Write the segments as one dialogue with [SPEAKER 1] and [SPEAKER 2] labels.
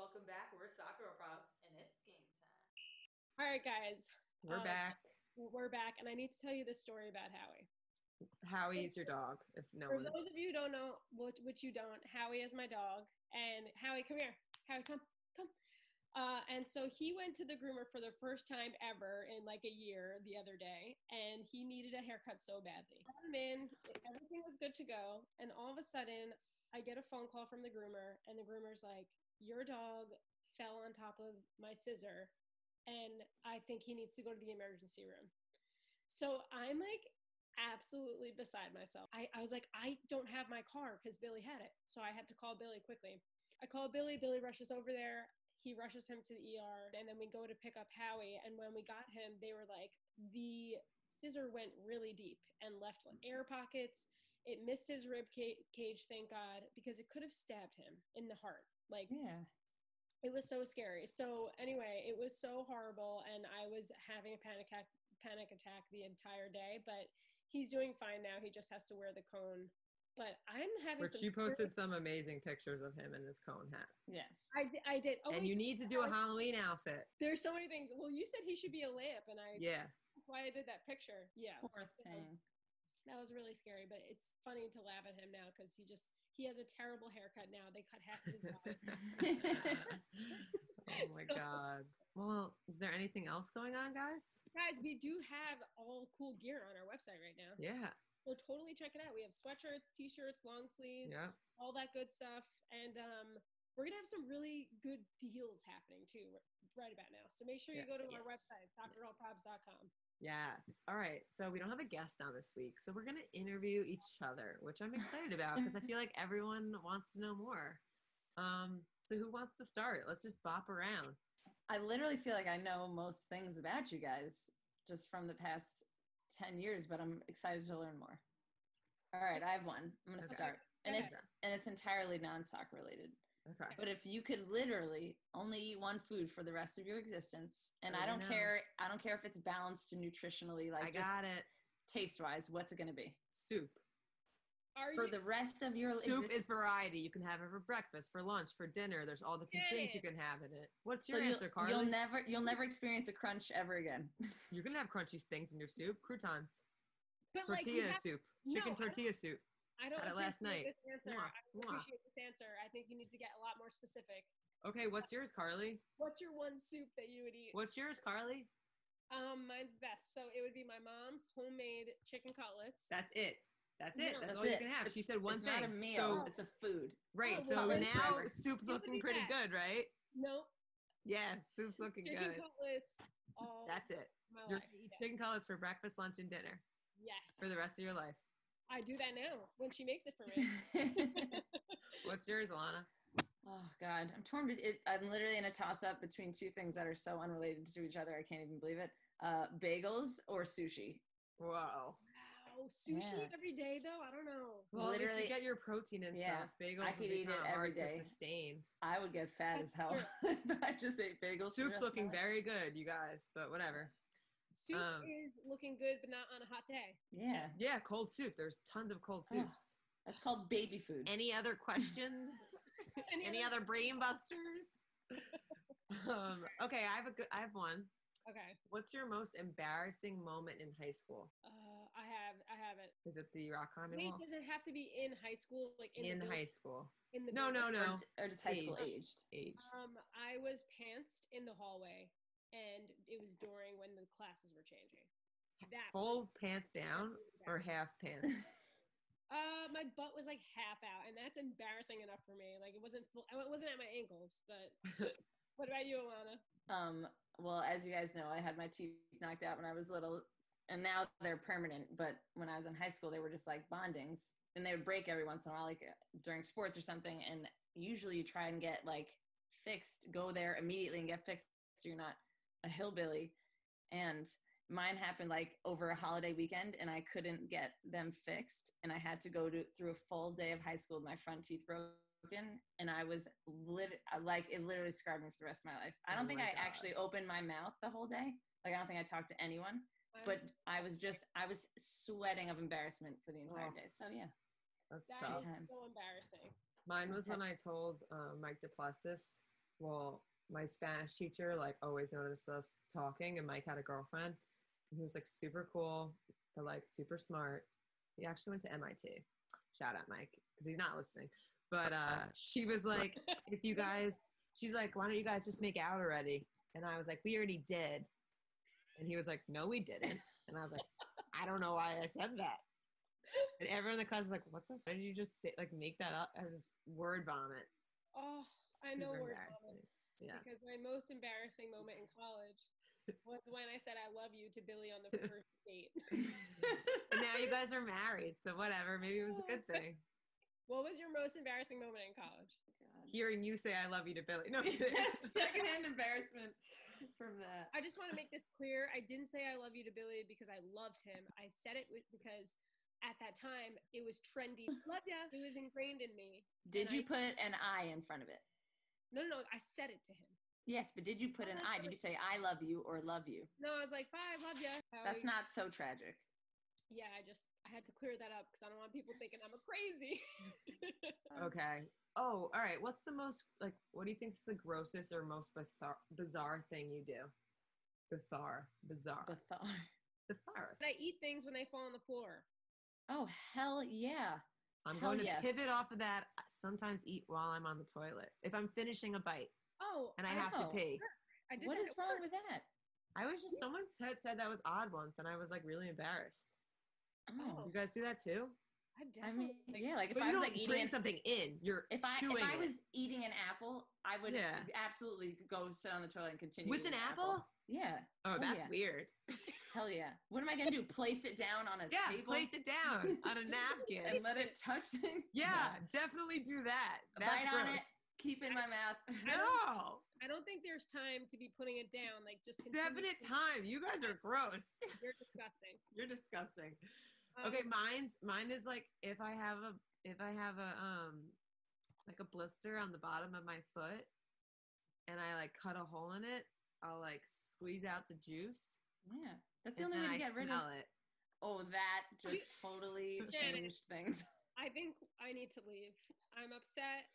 [SPEAKER 1] over soccer props, and it's game time.
[SPEAKER 2] All right, guys.
[SPEAKER 3] We're
[SPEAKER 2] Um,
[SPEAKER 3] back.
[SPEAKER 2] We're back, and I need to tell you the story about Howie.
[SPEAKER 3] Howie is your dog. If no
[SPEAKER 2] For
[SPEAKER 3] one,
[SPEAKER 2] those of you who don't know, which, which you don't, Howie is my dog. And Howie, come here. Howie, come, come. Uh, and so he went to the groomer for the first time ever in like a year the other day, and he needed a haircut so badly. I Come in, everything was good to go, and all of a sudden, I get a phone call from the groomer, and the groomer's like, "Your dog fell on top of my scissor, and I think he needs to go to the emergency room." So I'm like absolutely beside myself. I, I was like, I don't have my car because Billy had it. So I had to call Billy quickly. I call Billy, Billy rushes over there. He rushes him to the ER, and then we go to pick up Howie. And when we got him, they were like, the scissor went really deep and left like, air pockets. It missed his rib ca- cage, thank God, because it could have stabbed him in the heart. Like,
[SPEAKER 3] yeah,
[SPEAKER 2] it was so scary so anyway it was so horrible and i was having a panic attack panic attack the entire day but he's doing fine now he just has to wear the cone but i'm having
[SPEAKER 3] which
[SPEAKER 2] some
[SPEAKER 3] you posted
[SPEAKER 2] serious-
[SPEAKER 3] some amazing pictures of him in his cone hat,
[SPEAKER 4] Yes.
[SPEAKER 2] I, di- I did oh
[SPEAKER 3] and
[SPEAKER 2] wait,
[SPEAKER 3] you need to do a
[SPEAKER 2] I-
[SPEAKER 3] Halloween outfit.
[SPEAKER 2] there's so many things well you said he should be a lamp and i
[SPEAKER 3] Yeah,
[SPEAKER 2] that's why i did that picture yeah
[SPEAKER 4] Poor thing.
[SPEAKER 2] that was really scary but it's funny to laugh at him now because he just he has a terrible haircut now they cut half of his body
[SPEAKER 3] oh my
[SPEAKER 2] So-
[SPEAKER 3] god. Well, is there anything else going on, guys?
[SPEAKER 2] guys we do have all cool gear on our website right now
[SPEAKER 3] Yeah,
[SPEAKER 2] so totally check it out we have sweatshirts t-shirts long sleeves
[SPEAKER 3] yeah.
[SPEAKER 2] all that good stuff. And um, we're gonna have some really good deals happening too r- right about now. So make sure you go
[SPEAKER 3] Yeah.
[SPEAKER 2] to our
[SPEAKER 4] Yes.
[SPEAKER 2] website, drallprobs.com.
[SPEAKER 3] Yes. All right. So we don't have a guest on this week, so we're gonna interview each other, which I'm excited about because I feel like everyone wants to know more. Um, so who wants to start? Let's just bop around.
[SPEAKER 4] I literally feel like I know most things about you guys just from the past 10 years, but I'm excited to learn more. All right, I have one. I'm going to
[SPEAKER 3] Okay.
[SPEAKER 4] start. And
[SPEAKER 2] Okay.
[SPEAKER 4] it's and it's entirely non-soccer related.
[SPEAKER 3] Okay.
[SPEAKER 4] But if you could literally only eat one food for the rest of your existence, and
[SPEAKER 3] Oh,
[SPEAKER 4] I
[SPEAKER 3] I
[SPEAKER 4] don't
[SPEAKER 3] know.
[SPEAKER 4] care, I don't care if it's balanced and nutritionally, like
[SPEAKER 3] I
[SPEAKER 4] just
[SPEAKER 3] got it.
[SPEAKER 4] taste-wise, what's it going to be
[SPEAKER 3] Soup.
[SPEAKER 2] Are
[SPEAKER 4] for
[SPEAKER 2] you
[SPEAKER 4] the rest of your
[SPEAKER 3] Soup is
[SPEAKER 4] exist-
[SPEAKER 3] variety. You can have it for breakfast, for lunch, for dinner. There's all different
[SPEAKER 2] Yay.
[SPEAKER 3] things you can have in it. What's
[SPEAKER 4] So
[SPEAKER 3] your
[SPEAKER 4] you'll,
[SPEAKER 3] answer, Carly?
[SPEAKER 4] you'll never you'll never experience a crunch ever again.
[SPEAKER 3] you can have crunchy things in your soup. Croutons.
[SPEAKER 2] but like you
[SPEAKER 3] tortilla
[SPEAKER 2] have-
[SPEAKER 3] soup.
[SPEAKER 2] No,
[SPEAKER 3] Chicken
[SPEAKER 2] I don't-
[SPEAKER 3] tortilla soup.
[SPEAKER 2] I don't
[SPEAKER 3] had it last
[SPEAKER 2] appreciate This answer.
[SPEAKER 3] Mwah,
[SPEAKER 2] I
[SPEAKER 3] mwah.
[SPEAKER 2] appreciate this answer. I think you need to get a lot more specific.
[SPEAKER 3] Okay, what's yours, Carly?
[SPEAKER 2] What's your one soup that you would eat?
[SPEAKER 3] What's yours, Carly?
[SPEAKER 2] Um, mine's best. So it would be my mom's homemade chicken cutlets.
[SPEAKER 3] That's it. That's it.
[SPEAKER 2] No,
[SPEAKER 3] That's,
[SPEAKER 4] that's
[SPEAKER 3] all
[SPEAKER 4] it.
[SPEAKER 3] you can have. She said one
[SPEAKER 4] it's
[SPEAKER 3] thing.
[SPEAKER 4] not a meal;
[SPEAKER 3] So
[SPEAKER 4] it's a food.
[SPEAKER 3] right.
[SPEAKER 2] Oh,
[SPEAKER 3] so
[SPEAKER 4] well,
[SPEAKER 3] now
[SPEAKER 4] whatever.
[SPEAKER 3] soup's
[SPEAKER 2] Give
[SPEAKER 3] looking
[SPEAKER 2] me
[SPEAKER 3] pretty
[SPEAKER 2] that.
[SPEAKER 3] good, right?
[SPEAKER 2] no,
[SPEAKER 3] Yeah, soup's looking
[SPEAKER 2] chicken
[SPEAKER 3] good.
[SPEAKER 2] cutlets. All
[SPEAKER 3] That's it.
[SPEAKER 2] My
[SPEAKER 3] You're
[SPEAKER 2] life.
[SPEAKER 3] gonna eat
[SPEAKER 2] Yeah.
[SPEAKER 3] chicken cutlets for breakfast, lunch, and dinner
[SPEAKER 2] Yes.
[SPEAKER 3] for the rest of your life.
[SPEAKER 2] I do that now when she makes it for me.
[SPEAKER 4] oh
[SPEAKER 3] What's yours, Alana?
[SPEAKER 4] God, I'm torn. bet- It, I'm literally in a toss-up between two things that are so unrelated to each other. I can't even believe it. Uh, bagels or sushi.
[SPEAKER 3] Whoa.
[SPEAKER 2] Wow, sushi
[SPEAKER 4] Yeah.
[SPEAKER 2] every day though. I don't know.
[SPEAKER 3] Well, at least you
[SPEAKER 4] Literally-
[SPEAKER 3] get your protein and
[SPEAKER 4] Yeah,
[SPEAKER 3] stuff. Bagels
[SPEAKER 4] I
[SPEAKER 3] would
[SPEAKER 4] could eat
[SPEAKER 3] be
[SPEAKER 4] it
[SPEAKER 3] kind of
[SPEAKER 4] every
[SPEAKER 3] hard
[SPEAKER 4] day.
[SPEAKER 3] to sustain.
[SPEAKER 4] I would get fat as
[SPEAKER 2] That's
[SPEAKER 4] hell if I just ate bagels. for the rest
[SPEAKER 3] Soup's
[SPEAKER 4] of
[SPEAKER 3] looking
[SPEAKER 4] my life.
[SPEAKER 3] very good, you guys, but whatever.
[SPEAKER 2] Soup
[SPEAKER 3] Um,
[SPEAKER 2] is looking good, but not on a hot day.
[SPEAKER 4] Yeah,
[SPEAKER 3] Yeah, cold soup. There's tons of cold
[SPEAKER 4] Oh.
[SPEAKER 3] soups.
[SPEAKER 4] that's called baby food.
[SPEAKER 3] Any other questions?
[SPEAKER 2] Any
[SPEAKER 3] Any other brain busters? um, okay, I have a good I have one.
[SPEAKER 2] Okay,
[SPEAKER 3] What's your most embarrassing moment in high school?
[SPEAKER 2] uh, I have, I have it.
[SPEAKER 3] Is it the rock climbing
[SPEAKER 2] Wait,
[SPEAKER 3] wall?
[SPEAKER 2] does it have to be in high school? Like in,
[SPEAKER 3] In
[SPEAKER 2] the
[SPEAKER 3] high
[SPEAKER 2] building-
[SPEAKER 3] school.
[SPEAKER 2] In the
[SPEAKER 3] No,
[SPEAKER 2] building?
[SPEAKER 3] no, no.
[SPEAKER 4] Or, or just high school aged.
[SPEAKER 3] Age.
[SPEAKER 4] Uh,
[SPEAKER 2] Um, I was pantsed in the hallway, and it was during when the classes were changing. That
[SPEAKER 3] Full pants down or half pants?
[SPEAKER 2] Uh, my butt was like half out, and that's embarrassing enough for me. Like it wasn't full. It wasn't at my ankles, but. What about you, Alana?
[SPEAKER 4] Um, well, as you guys know, I had my teeth knocked out when I was little, and now they're permanent. But when I was in high school, they were just like bondings, and they would break every once in a while, like uh, during sports or something. And usually, you try and get like fixed, go there immediately and get fixed, so you're not a hillbilly. And mine happened like over a holiday weekend, and I couldn't get them fixed, and I had to go to through a full day of high school with my front teeth broken, and I was lit uh, like it literally scarred me for the rest of my life. I don't
[SPEAKER 3] Oh
[SPEAKER 4] think
[SPEAKER 3] my
[SPEAKER 4] I
[SPEAKER 3] God.
[SPEAKER 4] actually opened my mouth the whole day. Like I don't think I talked to anyone
[SPEAKER 2] Mine
[SPEAKER 4] but
[SPEAKER 2] was-
[SPEAKER 4] I was just I was sweating of embarrassment for the entire
[SPEAKER 3] Oh.
[SPEAKER 4] day. So yeah,
[SPEAKER 3] That's
[SPEAKER 2] that is
[SPEAKER 3] tough.
[SPEAKER 4] Times.
[SPEAKER 2] so embarrassing.
[SPEAKER 3] Mine was when I told uh, Mike DePlessis, um, well, my Spanish teacher like always noticed us talking, and Mike had a girlfriend, and he was like super cool, but like super smart. He actually went to MIT. Shout out Mike because he's not listening. But uh, she was like, if you guys, she's like, why don't you guys just make out already? And I was like, we already did. And he was like, no, we didn't. And I was like, I don't know why I said that. And everyone in the class was like, what the? Why did you just say like make that up? I was word vomit.
[SPEAKER 2] Oh, I know word
[SPEAKER 3] Super embarrassing.
[SPEAKER 2] vomit.
[SPEAKER 3] Yeah.
[SPEAKER 2] Because my most embarrassing moment in college was when I said I love you to Billy on the first date.
[SPEAKER 3] and now you guys are married, so whatever. Maybe it was a good thing.
[SPEAKER 2] What was your most embarrassing moment in college?
[SPEAKER 3] Hearing you say "I love you" to Billy. No, I'm kidding.
[SPEAKER 4] Secondhand embarrassment from that.
[SPEAKER 2] I just want to make this clear. I didn't say I love you to Billy because I loved him. I said it w- because at that time it was trendy. Love ya. It was ingrained in me.
[SPEAKER 4] Did
[SPEAKER 2] And
[SPEAKER 4] you
[SPEAKER 2] I-
[SPEAKER 4] put an I in front of it?
[SPEAKER 2] No, no, no. I said it to him.
[SPEAKER 4] Yes, but did you put an I? Did you say I love you or love you?
[SPEAKER 2] No, I was like, bye, love ya.
[SPEAKER 4] That's not so tragic.
[SPEAKER 2] Yeah, I just I had to clear that up because I don't want people thinking I'm a crazy.
[SPEAKER 3] okay. Oh, all right. What's the most like? What do you think's the grossest or most bizarre, bizarre thing you do? Bizarre, bizarre,
[SPEAKER 4] Bethar.
[SPEAKER 3] bizarre.
[SPEAKER 2] But I eat things when they fall on the floor.
[SPEAKER 4] Oh hell yeah.
[SPEAKER 3] I'm
[SPEAKER 4] Hell
[SPEAKER 3] going to
[SPEAKER 4] yes.
[SPEAKER 3] pivot off of that. I Sometimes eat while I'm on the toilet if I'm finishing a bite
[SPEAKER 2] Oh,
[SPEAKER 3] and I have to
[SPEAKER 4] Oh.
[SPEAKER 3] pee.
[SPEAKER 2] I did
[SPEAKER 4] What
[SPEAKER 2] that
[SPEAKER 4] is
[SPEAKER 2] at
[SPEAKER 4] wrong
[SPEAKER 2] work.
[SPEAKER 4] with that?
[SPEAKER 3] I was just someone said said that was odd once, and I was like really embarrassed.
[SPEAKER 4] Oh.
[SPEAKER 3] You guys do that too?
[SPEAKER 2] I
[SPEAKER 4] I
[SPEAKER 2] definitely.
[SPEAKER 4] mean, yeah, like if
[SPEAKER 3] But
[SPEAKER 4] I
[SPEAKER 3] you
[SPEAKER 4] was
[SPEAKER 3] don't
[SPEAKER 4] like eating
[SPEAKER 3] bring
[SPEAKER 4] an,
[SPEAKER 3] something in. You're
[SPEAKER 4] if I
[SPEAKER 3] chewing
[SPEAKER 4] if I
[SPEAKER 3] it.
[SPEAKER 4] was eating an apple, I would
[SPEAKER 3] Yeah.
[SPEAKER 4] absolutely go sit on the toilet and continue
[SPEAKER 3] with an
[SPEAKER 4] eating
[SPEAKER 3] apple.
[SPEAKER 4] Yeah,
[SPEAKER 3] Oh,
[SPEAKER 4] Oh,
[SPEAKER 3] that's
[SPEAKER 4] yeah.
[SPEAKER 3] weird.
[SPEAKER 4] hell yeah. What am I gonna do? Place it down on a
[SPEAKER 3] Yeah,
[SPEAKER 4] table
[SPEAKER 3] place it down on a napkin.
[SPEAKER 4] and let it touch things?
[SPEAKER 3] Yeah, definitely do that.
[SPEAKER 4] Bite
[SPEAKER 3] That's
[SPEAKER 4] on
[SPEAKER 3] gross.
[SPEAKER 4] Keep in my mouth.
[SPEAKER 3] No,
[SPEAKER 2] I don't think there's time to be putting it down. Like just continue
[SPEAKER 3] definite
[SPEAKER 2] to-
[SPEAKER 3] time. You guys are gross.
[SPEAKER 2] You're disgusting.
[SPEAKER 3] You're disgusting.
[SPEAKER 2] Um,
[SPEAKER 3] Okay, mine's mine is like if I have a if I have a um like a blister on the bottom of my foot, and I like cut a hole in it, I'll like squeeze out the juice.
[SPEAKER 4] Yeah, that's the
[SPEAKER 3] and
[SPEAKER 4] only
[SPEAKER 3] then
[SPEAKER 4] way to
[SPEAKER 3] I
[SPEAKER 4] get rid of.
[SPEAKER 3] smell it.
[SPEAKER 4] Oh, that just totally
[SPEAKER 2] Janet.
[SPEAKER 4] changed things.
[SPEAKER 2] I think I need to leave. I'm upset.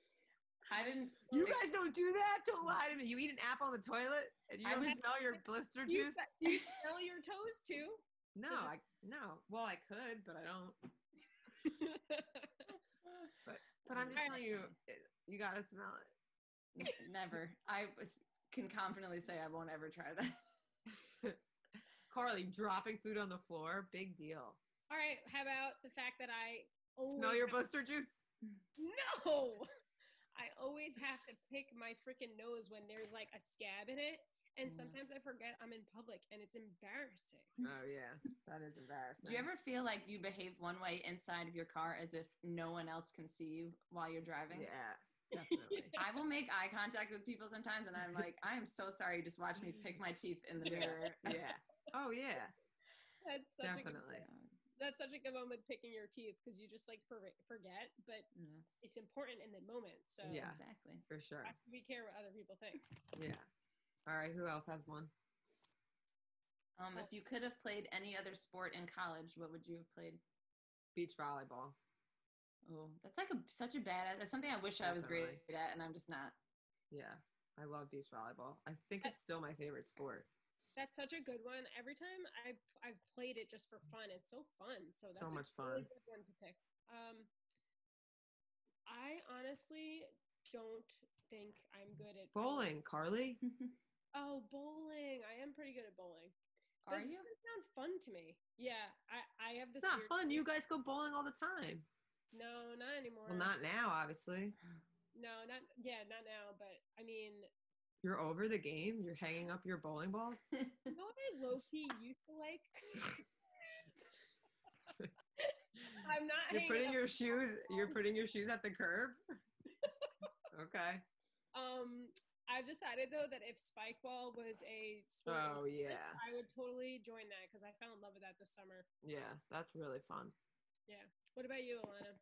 [SPEAKER 4] I didn't.
[SPEAKER 3] You
[SPEAKER 4] like,
[SPEAKER 3] guys don't do that. Don't lie to me. You eat an apple on the toilet and you
[SPEAKER 4] I
[SPEAKER 3] don't
[SPEAKER 4] was-
[SPEAKER 3] smell your blister
[SPEAKER 2] You
[SPEAKER 3] juice.
[SPEAKER 2] got- you smell your toes too.
[SPEAKER 3] No, I no. Well, I could, but I don't. But I'm just
[SPEAKER 2] Alright.
[SPEAKER 3] telling you, it- you gotta smell
[SPEAKER 4] Never. I was, can confidently say I won't ever try that.
[SPEAKER 3] it. Carly dropping food on the floor, big deal.
[SPEAKER 2] All right. How about the fact that I always
[SPEAKER 3] Smell your
[SPEAKER 2] have-
[SPEAKER 3] blister juice.
[SPEAKER 2] No, I always have to pick my freaking nose when there's like a scab in it, and
[SPEAKER 3] Yeah.
[SPEAKER 2] sometimes I forget I'm in public, and it's embarrassing.
[SPEAKER 3] Oh yeah, that is embarrassing.
[SPEAKER 4] Do you ever feel like you behave one way inside of your car as if no one else can see you while you're driving?
[SPEAKER 3] Yeah, definitely.
[SPEAKER 4] I will make eye contact with people sometimes, and I'm like, I am so sorry. You just watched me pick my teeth in the
[SPEAKER 3] Yeah.
[SPEAKER 4] mirror.
[SPEAKER 3] yeah. Oh yeah,
[SPEAKER 2] That's such a
[SPEAKER 3] definitely.
[SPEAKER 4] Yeah.
[SPEAKER 2] good, that's such a good moment picking your teeth because you just like for, forget, but
[SPEAKER 4] Yes.
[SPEAKER 2] it's important in the moment. So
[SPEAKER 3] Yeah.
[SPEAKER 4] Exactly.
[SPEAKER 3] For sure.
[SPEAKER 2] I have to be care what other people think.
[SPEAKER 3] Yeah. All right. Who else has one?
[SPEAKER 4] Um, if you could have played any other sport in college, what would you have played?
[SPEAKER 3] Beach volleyball.
[SPEAKER 4] Oh, that's like a such a bad. That's something I wish I was great
[SPEAKER 3] Definitely.
[SPEAKER 4] at, and I'm just not.
[SPEAKER 3] Yeah, I love beach volleyball. I think
[SPEAKER 2] That-
[SPEAKER 3] it's still my favorite sport.
[SPEAKER 2] That's such a good one. Every time I I've played it just for fun. It's so fun. So that's
[SPEAKER 3] so
[SPEAKER 2] a
[SPEAKER 3] much
[SPEAKER 2] really
[SPEAKER 3] fun.
[SPEAKER 2] good one to pick. Um, I honestly don't think I'm good at
[SPEAKER 3] Bowling, Carly.
[SPEAKER 2] Hmm. Oh, bowling! I am pretty good at bowling. But
[SPEAKER 4] Are
[SPEAKER 2] it
[SPEAKER 4] you?
[SPEAKER 2] doesn't sound fun to me. Yeah, I I have this.
[SPEAKER 3] It's not
[SPEAKER 2] weird-
[SPEAKER 3] fun. You guys go bowling all the time.
[SPEAKER 2] No, not anymore.
[SPEAKER 3] Well, not now, obviously.
[SPEAKER 2] No, not yeah, not now. But I mean,
[SPEAKER 3] You're over the game. You're hanging up your bowling balls.
[SPEAKER 2] you know what I low key used to like. I'm not.
[SPEAKER 3] You're
[SPEAKER 2] hanging
[SPEAKER 3] putting
[SPEAKER 2] up-
[SPEAKER 3] your shoes. You're putting your shoes at the curb. okay.
[SPEAKER 2] Um, I've decided though that if spike ball was a sport,
[SPEAKER 3] Oh yeah,
[SPEAKER 2] I would totally join that because I fell in love with that this summer.
[SPEAKER 3] yeah. That's really fun.
[SPEAKER 2] What about you, Alana?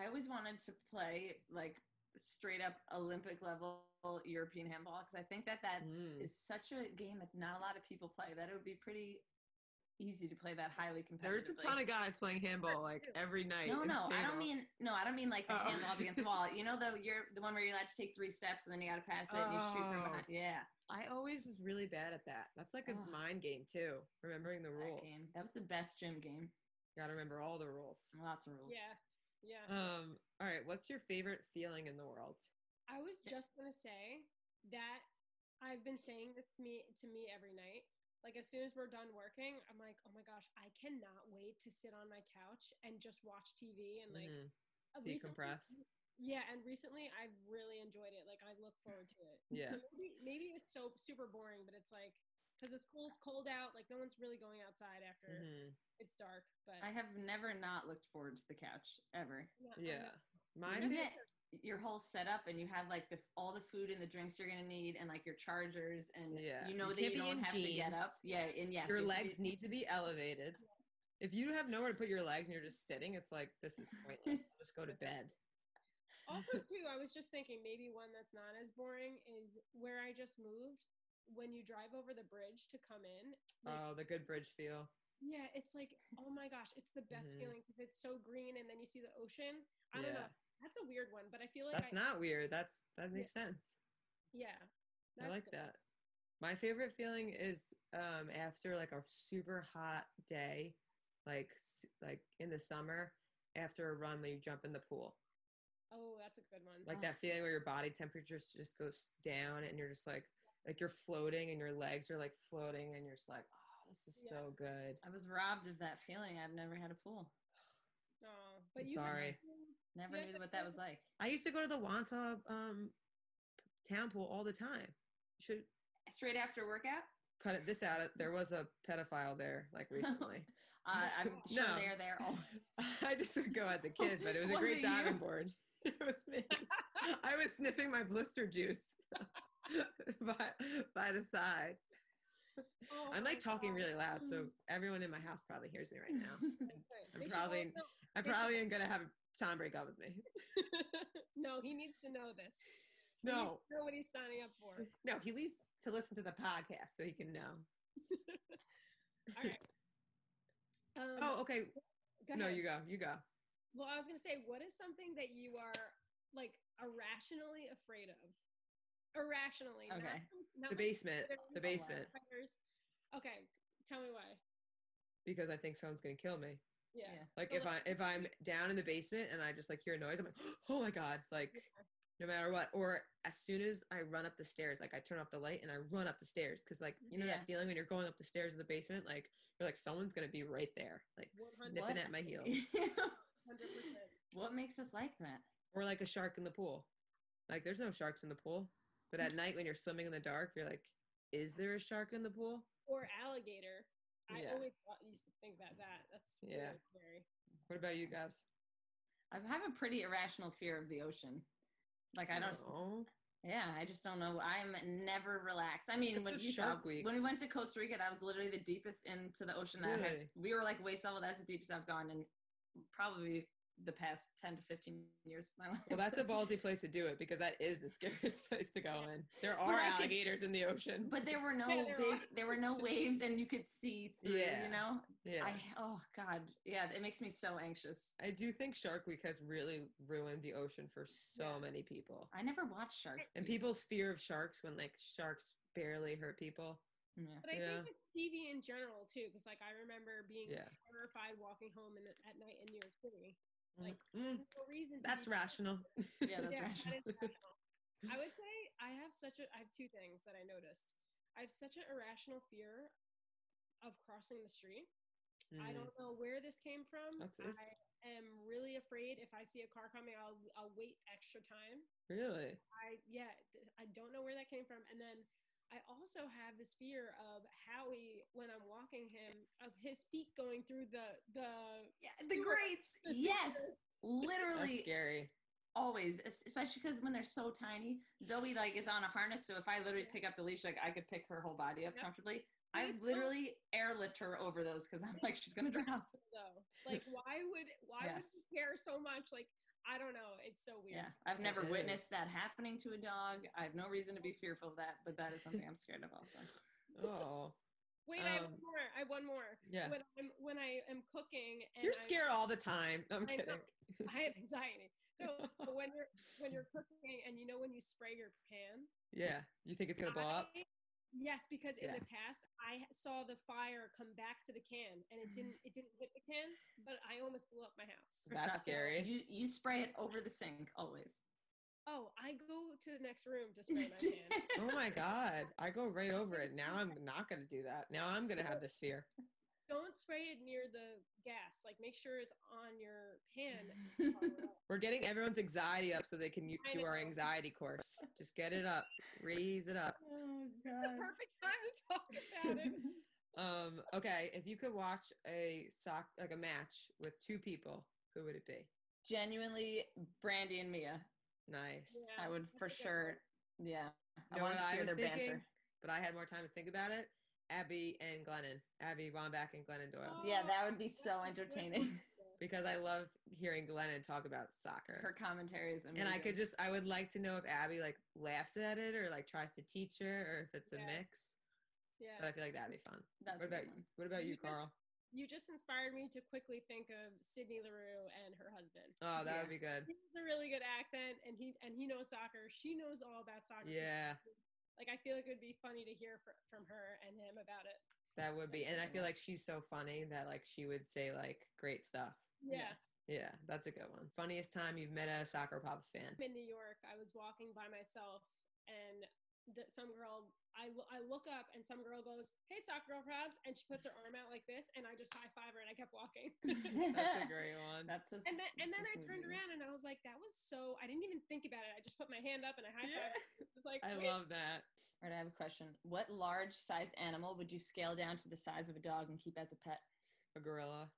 [SPEAKER 4] I always wanted to play like straight up Olympic level European handball because I think that that is
[SPEAKER 3] Mm.
[SPEAKER 4] such a game that not a lot of people play. That it would be pretty easy to play that highly competitively.
[SPEAKER 3] There's a ton of guys playing handball like every night.
[SPEAKER 4] No,
[SPEAKER 3] in
[SPEAKER 4] no, I
[SPEAKER 3] Seattle.
[SPEAKER 4] don't mean no, I don't mean like the
[SPEAKER 3] Oh.
[SPEAKER 4] handball against the wall. You know the you're the one where you're allowed to take three steps and then you got to pass it and you shoot from
[SPEAKER 3] Oh.
[SPEAKER 4] behind. Yeah,
[SPEAKER 3] I always was really bad at that. That's like a
[SPEAKER 4] Ugh.
[SPEAKER 3] mind game too. Remembering the
[SPEAKER 4] that
[SPEAKER 3] rules.
[SPEAKER 4] game. That was the best gym game.
[SPEAKER 3] Got to remember all the rules.
[SPEAKER 4] Lots of rules.
[SPEAKER 2] Yeah.
[SPEAKER 4] Mm.
[SPEAKER 2] Yeah.
[SPEAKER 3] Um. All right. What's your favorite feeling in the world?
[SPEAKER 2] I was just gonna say that I've been saying this to me to me every night. Like as soon as we're done working, I'm like, oh my gosh, I cannot wait to sit on my couch and just watch TV and like
[SPEAKER 3] Mhm.
[SPEAKER 2] uh, recently-
[SPEAKER 3] Decompress.
[SPEAKER 2] yeah, and recently I've really enjoyed it. Like I look forward to it.
[SPEAKER 3] Yeah.
[SPEAKER 2] So maybe, maybe it's so super boring, but it's like because it's cold, cold out. Like no one's really going outside after
[SPEAKER 3] Mhm.
[SPEAKER 2] it's dark. But
[SPEAKER 4] I have never not looked forward to the couch ever.
[SPEAKER 2] I'm not- I'm
[SPEAKER 3] Yeah.
[SPEAKER 2] not-
[SPEAKER 3] My
[SPEAKER 4] you
[SPEAKER 3] favorite.
[SPEAKER 4] know that your whole setup and you have like the, all the food and the drinks you're gonna need and like your chargers and
[SPEAKER 3] Yeah.
[SPEAKER 4] you know
[SPEAKER 3] You
[SPEAKER 4] that
[SPEAKER 3] can't
[SPEAKER 4] you
[SPEAKER 3] be
[SPEAKER 4] don't
[SPEAKER 3] in
[SPEAKER 4] have to get
[SPEAKER 3] jeans.
[SPEAKER 4] up. Yeah, and yes,
[SPEAKER 3] your
[SPEAKER 4] you have to
[SPEAKER 3] legs
[SPEAKER 4] be-
[SPEAKER 3] need to be elevated. If you have nowhere to put your legs and you're just sitting, it's like this is pointless. just go to bed.
[SPEAKER 2] also too i was just thinking maybe one that's not as boring is where i just moved when you drive over the bridge to come in like,
[SPEAKER 3] Oh, the good bridge feel.
[SPEAKER 2] yeah it's like oh my gosh it's the best
[SPEAKER 3] Mhm.
[SPEAKER 2] feeling because it's so green and then you see the ocean i don't
[SPEAKER 3] Yeah.
[SPEAKER 2] know that's a weird one but i feel like
[SPEAKER 3] That's
[SPEAKER 2] I,
[SPEAKER 3] not weird. That's that makes sense.
[SPEAKER 2] yeah
[SPEAKER 3] I
[SPEAKER 2] that's
[SPEAKER 3] like
[SPEAKER 2] good.
[SPEAKER 3] that. My favorite feeling is um, after like a super hot day, like s- like in the summer, after a run, when you jump in the pool.
[SPEAKER 2] oh that's a good one
[SPEAKER 3] Like
[SPEAKER 4] Oh.
[SPEAKER 3] that feeling where your body temperature s- just goes down, and you're just like like you're floating, and your legs are like floating, and you're just like, oh, this is
[SPEAKER 2] Yeah.
[SPEAKER 3] so good.
[SPEAKER 4] I was robbed of that feeling. I've never had a pool.
[SPEAKER 2] oh but
[SPEAKER 3] I'm
[SPEAKER 2] you
[SPEAKER 3] sorry.
[SPEAKER 4] Never
[SPEAKER 2] Yeah,
[SPEAKER 4] knew
[SPEAKER 2] but
[SPEAKER 4] what that
[SPEAKER 2] then-
[SPEAKER 4] was like.
[SPEAKER 3] I used to go to the Wanta um, town pool all the time. Should
[SPEAKER 4] Straight after workout,
[SPEAKER 3] cut it this out. There was a pedophile there like recently.
[SPEAKER 4] uh, I'm sure
[SPEAKER 3] No.
[SPEAKER 4] they're there. All-
[SPEAKER 3] I just would go as a kid, but it was a
[SPEAKER 4] Was
[SPEAKER 3] great
[SPEAKER 4] it
[SPEAKER 3] diving
[SPEAKER 4] you?
[SPEAKER 3] board. It was me. I was sniffing my blister juice by, by the side.
[SPEAKER 2] Oh
[SPEAKER 3] I'm
[SPEAKER 2] my
[SPEAKER 3] like talking
[SPEAKER 2] God.
[SPEAKER 3] really loud, so everyone in my house probably hears me right now.
[SPEAKER 2] Okay.
[SPEAKER 3] I'm
[SPEAKER 2] Mm-hmm. They should
[SPEAKER 3] probably-
[SPEAKER 2] all know-
[SPEAKER 3] I
[SPEAKER 2] They should-
[SPEAKER 3] probably am gonna have Tom break up with me.
[SPEAKER 2] no he needs to know this He needs
[SPEAKER 3] No,
[SPEAKER 2] to know what he's signing up for
[SPEAKER 3] no, he leaves to listen to the podcast so he can know.
[SPEAKER 2] all right um,
[SPEAKER 3] Oh, okay.
[SPEAKER 2] go
[SPEAKER 3] No,
[SPEAKER 2] ahead.
[SPEAKER 3] you go. You go.
[SPEAKER 2] Well, I was gonna say, what is something that you are like irrationally afraid of? Irrationally, not-
[SPEAKER 4] Okay.
[SPEAKER 2] not,
[SPEAKER 3] The
[SPEAKER 2] like,
[SPEAKER 3] basement.
[SPEAKER 2] spiders,
[SPEAKER 3] The basement.
[SPEAKER 2] spiders. Okay, tell me why.
[SPEAKER 3] Because I think someone's gonna kill me.
[SPEAKER 2] Yeah,
[SPEAKER 4] Yeah.
[SPEAKER 3] Like
[SPEAKER 2] Well,
[SPEAKER 3] if I if I'm down in the basement and I just like hear a noise, I'm like, oh my god, like no matter what. Or as soon as I run up the stairs, like I turn off the light and I run up the stairs because like you know
[SPEAKER 4] Yeah.
[SPEAKER 3] that feeling when you're going up the stairs of the basement, like you're like someone's gonna be right there, like
[SPEAKER 2] 100.
[SPEAKER 3] snipping
[SPEAKER 4] What?
[SPEAKER 3] at my heel,
[SPEAKER 2] hundred percent.
[SPEAKER 4] what makes us like that?
[SPEAKER 3] or like a shark in the pool. Like there's no sharks in the pool, but at night when you're swimming in the dark, you're like, is there a shark in the pool?
[SPEAKER 2] Or alligator. I
[SPEAKER 3] Yeah.
[SPEAKER 2] always thought, used to think about that. That's
[SPEAKER 3] Yeah.
[SPEAKER 2] really scary.
[SPEAKER 3] What about you guys?
[SPEAKER 4] I have a pretty irrational fear of the ocean. Like I don't.
[SPEAKER 3] know.
[SPEAKER 4] Yeah, I just don't know. I'm never relaxed. I mean,
[SPEAKER 3] It's
[SPEAKER 4] when,
[SPEAKER 3] just
[SPEAKER 4] you saw-
[SPEAKER 3] Shark Week.
[SPEAKER 4] when we went to Costa Rica, that was literally the deepest into the ocean that I
[SPEAKER 3] Really?
[SPEAKER 4] had. We were like waist level. That's the deepest I've gone in probably the past 10 to 15 years of my life.
[SPEAKER 3] Well, that's a ballsy place to do it because that is the scariest place to go in. There
[SPEAKER 4] Well,
[SPEAKER 3] are
[SPEAKER 4] I think-
[SPEAKER 3] alligators in the ocean.
[SPEAKER 4] But there were no
[SPEAKER 2] Yeah, there
[SPEAKER 4] big,
[SPEAKER 2] are.
[SPEAKER 4] there were no waves, and you could see. Through,
[SPEAKER 3] Yeah.
[SPEAKER 4] You know,
[SPEAKER 3] Yeah.
[SPEAKER 4] I oh god, yeah, it makes me so anxious.
[SPEAKER 3] I do think Shark Week has really ruined the ocean for so
[SPEAKER 2] Yeah.
[SPEAKER 3] many people.
[SPEAKER 4] I never watched Shark.
[SPEAKER 3] And
[SPEAKER 4] Week.
[SPEAKER 3] people's fear of sharks when like sharks barely hurt people.
[SPEAKER 4] Yeah.
[SPEAKER 2] But I
[SPEAKER 3] Yeah.
[SPEAKER 2] think with TV in general too, because like I remember being
[SPEAKER 3] Yeah.
[SPEAKER 2] terrified walking home in the, at night in New York City.
[SPEAKER 3] Like,
[SPEAKER 2] Like-
[SPEAKER 3] mm,
[SPEAKER 2] No reason. to
[SPEAKER 3] that's
[SPEAKER 2] be-
[SPEAKER 3] rational.
[SPEAKER 4] Yeah, that's
[SPEAKER 2] yeah,
[SPEAKER 4] rational.
[SPEAKER 2] that is rational. I would say I have such a I have two things that I noticed. I have such an irrational fear of crossing the street. I
[SPEAKER 3] Mm.
[SPEAKER 2] don't know where this came from.
[SPEAKER 3] That's this.
[SPEAKER 2] I am really afraid if I see a car coming, I'll I'll wait extra time.
[SPEAKER 3] Really?
[SPEAKER 2] I yeah, th- I don't know where that came from. And then I also have this fear of Howie when I'm walking him of his feet going through the the
[SPEAKER 4] Yeah, the grates. Yes,
[SPEAKER 3] That's
[SPEAKER 4] literally
[SPEAKER 3] scary.
[SPEAKER 4] always, es- especially because when they're so tiny. Zoe like is on a harness, so if I literally pick up the leash, like I could pick her whole body up
[SPEAKER 2] Yep.
[SPEAKER 4] comfortably.
[SPEAKER 2] Yeah,
[SPEAKER 4] I
[SPEAKER 2] it's fun.
[SPEAKER 4] literally airlift her over those because I'm like she's gonna drop.
[SPEAKER 2] though. Like why would why would
[SPEAKER 4] Yes.
[SPEAKER 2] you care so much? Like I don't know. It's so weird.
[SPEAKER 4] Yeah, I've never
[SPEAKER 3] is.
[SPEAKER 4] witnessed that happening to a dog. I have no reason to be fearful of that, but that is something I'm scared of also.
[SPEAKER 3] Oh.
[SPEAKER 2] Wait, I have
[SPEAKER 3] Um,
[SPEAKER 2] one more. I have one more.
[SPEAKER 3] Yeah.
[SPEAKER 2] When I'm when I am cooking and
[SPEAKER 3] You're
[SPEAKER 2] I'm-
[SPEAKER 3] scared all the time. No, I'm
[SPEAKER 2] I know.
[SPEAKER 3] kidding.
[SPEAKER 2] I have anxiety. No, but when you're when you're cooking and you know when you spray your pan.
[SPEAKER 3] Yeah. You think it's gonna blow up?
[SPEAKER 2] I- Yes, because in
[SPEAKER 3] Yeah.
[SPEAKER 2] the past I h- saw the fire come back to the can and it didn't it didn't hit the can, but I almost blew up my house.
[SPEAKER 4] It's
[SPEAKER 3] That's
[SPEAKER 4] not fair.
[SPEAKER 3] scary.
[SPEAKER 4] You you spray it over the sink always.
[SPEAKER 2] Oh, I go to the next room to spray my can.
[SPEAKER 3] Oh my god. I go right over it. Now I'm not gonna do that. Now I'm gonna have this fear.
[SPEAKER 2] Don't spray it near the gas. Like make sure it's on your pan.
[SPEAKER 3] We're getting everyone's anxiety up so they can u-
[SPEAKER 2] I
[SPEAKER 3] do our
[SPEAKER 2] know.
[SPEAKER 3] anxiety course. Just get it up, raise it up.
[SPEAKER 4] oh
[SPEAKER 2] the perfect time to talk about it.
[SPEAKER 3] Um, okay, if you could watch a sock like a match with two people, who would it be?
[SPEAKER 4] Genuinely, Brandy and Mia.
[SPEAKER 3] Nice.
[SPEAKER 2] Yeah.
[SPEAKER 4] I would
[SPEAKER 2] I
[SPEAKER 4] for
[SPEAKER 2] think I
[SPEAKER 4] sure. Yeah,
[SPEAKER 3] Know
[SPEAKER 4] I want
[SPEAKER 3] what
[SPEAKER 4] to
[SPEAKER 3] I
[SPEAKER 4] hear
[SPEAKER 3] was
[SPEAKER 4] their
[SPEAKER 3] thinking?
[SPEAKER 4] banter.
[SPEAKER 3] But I had more time to think about it. Abby and Glennon. Abby Wambach and Glennon Doyle.
[SPEAKER 2] Oh.
[SPEAKER 4] Yeah, that would be
[SPEAKER 2] That's
[SPEAKER 4] so
[SPEAKER 2] a good
[SPEAKER 4] entertaining.
[SPEAKER 2] one.
[SPEAKER 3] Because I love hearing Glennon talk about soccer.
[SPEAKER 4] Her commentary is amazing.
[SPEAKER 3] and I could just I would like to know if Abby like laughs at it or like tries to teach her or if it's a
[SPEAKER 2] Yeah.
[SPEAKER 3] mix.
[SPEAKER 2] Yeah.
[SPEAKER 3] But I feel like that'd be fun.
[SPEAKER 4] That's
[SPEAKER 3] what
[SPEAKER 4] a
[SPEAKER 3] about
[SPEAKER 4] good one.
[SPEAKER 3] what about
[SPEAKER 2] You
[SPEAKER 3] you,
[SPEAKER 2] could-
[SPEAKER 3] Carl?
[SPEAKER 2] You just inspired me to quickly think of Sydney LaRue and her husband.
[SPEAKER 3] Oh, that
[SPEAKER 4] Yeah.
[SPEAKER 3] would be good.
[SPEAKER 2] He has a really good accent and he and he knows soccer. She knows all about soccer.
[SPEAKER 3] Yeah,
[SPEAKER 2] Like I feel like it would be funny to hear fr- from her and him about it.
[SPEAKER 3] that would be.
[SPEAKER 4] That's
[SPEAKER 3] And
[SPEAKER 4] a
[SPEAKER 3] I
[SPEAKER 4] good
[SPEAKER 3] feel
[SPEAKER 4] one.
[SPEAKER 3] like she's so funny that like she would say like great stuff.
[SPEAKER 2] Yeah.
[SPEAKER 3] Yeah, that's a good one. Funniest time you've met a soccer pops fan.
[SPEAKER 2] I'm in New York. I was walking by myself and the, some girl I, lo- I look up and some girl goes, "Hey, soccer girl probs," and she puts her arm out like this and I just high five her and I kept walking.
[SPEAKER 3] That's a great one.
[SPEAKER 4] That's a,
[SPEAKER 2] And then, and
[SPEAKER 4] that's
[SPEAKER 2] then
[SPEAKER 4] a
[SPEAKER 2] I turned
[SPEAKER 4] smoothie.
[SPEAKER 2] around and I was like, that was so, I didn't even think about it. I just put my hand up and I high
[SPEAKER 3] Yeah.
[SPEAKER 2] fived. It's like,
[SPEAKER 3] I
[SPEAKER 2] wait,
[SPEAKER 3] love that.
[SPEAKER 4] All right, I have a question. What large sized animal would you scale down to the size of a dog and keep as a pet?
[SPEAKER 3] A gorilla.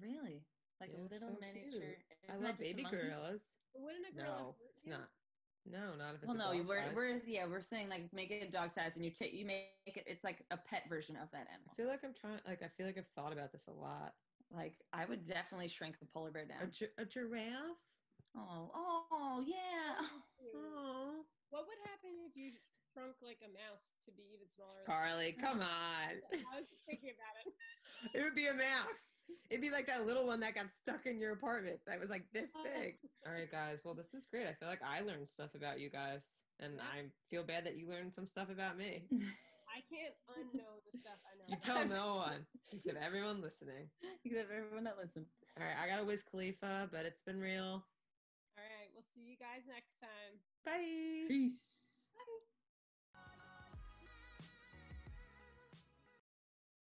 [SPEAKER 4] Really? Like
[SPEAKER 3] Yeah,
[SPEAKER 4] a little
[SPEAKER 3] so
[SPEAKER 4] miniature.
[SPEAKER 3] cute. I
[SPEAKER 4] isn't that
[SPEAKER 3] love
[SPEAKER 4] just a
[SPEAKER 3] baby
[SPEAKER 4] monkey?
[SPEAKER 3] gorillas.
[SPEAKER 2] wouldn't a gorilla
[SPEAKER 3] No,
[SPEAKER 2] hurt
[SPEAKER 3] it's
[SPEAKER 2] you?
[SPEAKER 3] not. No, not if it's
[SPEAKER 4] Well,
[SPEAKER 3] a
[SPEAKER 4] no,
[SPEAKER 3] dog
[SPEAKER 4] you- we're,
[SPEAKER 3] size.
[SPEAKER 4] we're yeah, we're saying like make it a dog size, and you take you make it. It's like a pet version of that
[SPEAKER 3] I
[SPEAKER 4] animal.
[SPEAKER 3] feel like I'm trying. Like I feel like I've thought about this a lot.
[SPEAKER 4] Like I would definitely shrink a polar bear
[SPEAKER 3] A,
[SPEAKER 4] down.
[SPEAKER 3] gi- a giraffe.
[SPEAKER 4] Oh, oh yeah.
[SPEAKER 2] Ew.
[SPEAKER 3] Oh,
[SPEAKER 2] What would happen if you shrunk like a mouse to be even smaller? than-
[SPEAKER 3] Carly, come on.
[SPEAKER 2] I was just thinking about it.
[SPEAKER 3] It would be a mouse. It'd be like that little one that got stuck in your apartment that was like this
[SPEAKER 2] Oh.
[SPEAKER 3] big. All right, guys. Well, this was great. I feel like I learned stuff about you guys, and I feel bad that you learned some stuff about me.
[SPEAKER 2] I can't unknow the stuff I know.
[SPEAKER 3] You
[SPEAKER 2] about.
[SPEAKER 3] tell no one except everyone listening.
[SPEAKER 4] Except for everyone that listened.
[SPEAKER 3] All right, I got to Wiz Khalifa, but it's been real.
[SPEAKER 2] All right. We'll see you guys next time.
[SPEAKER 3] Bye.
[SPEAKER 4] Peace.
[SPEAKER 2] Bye.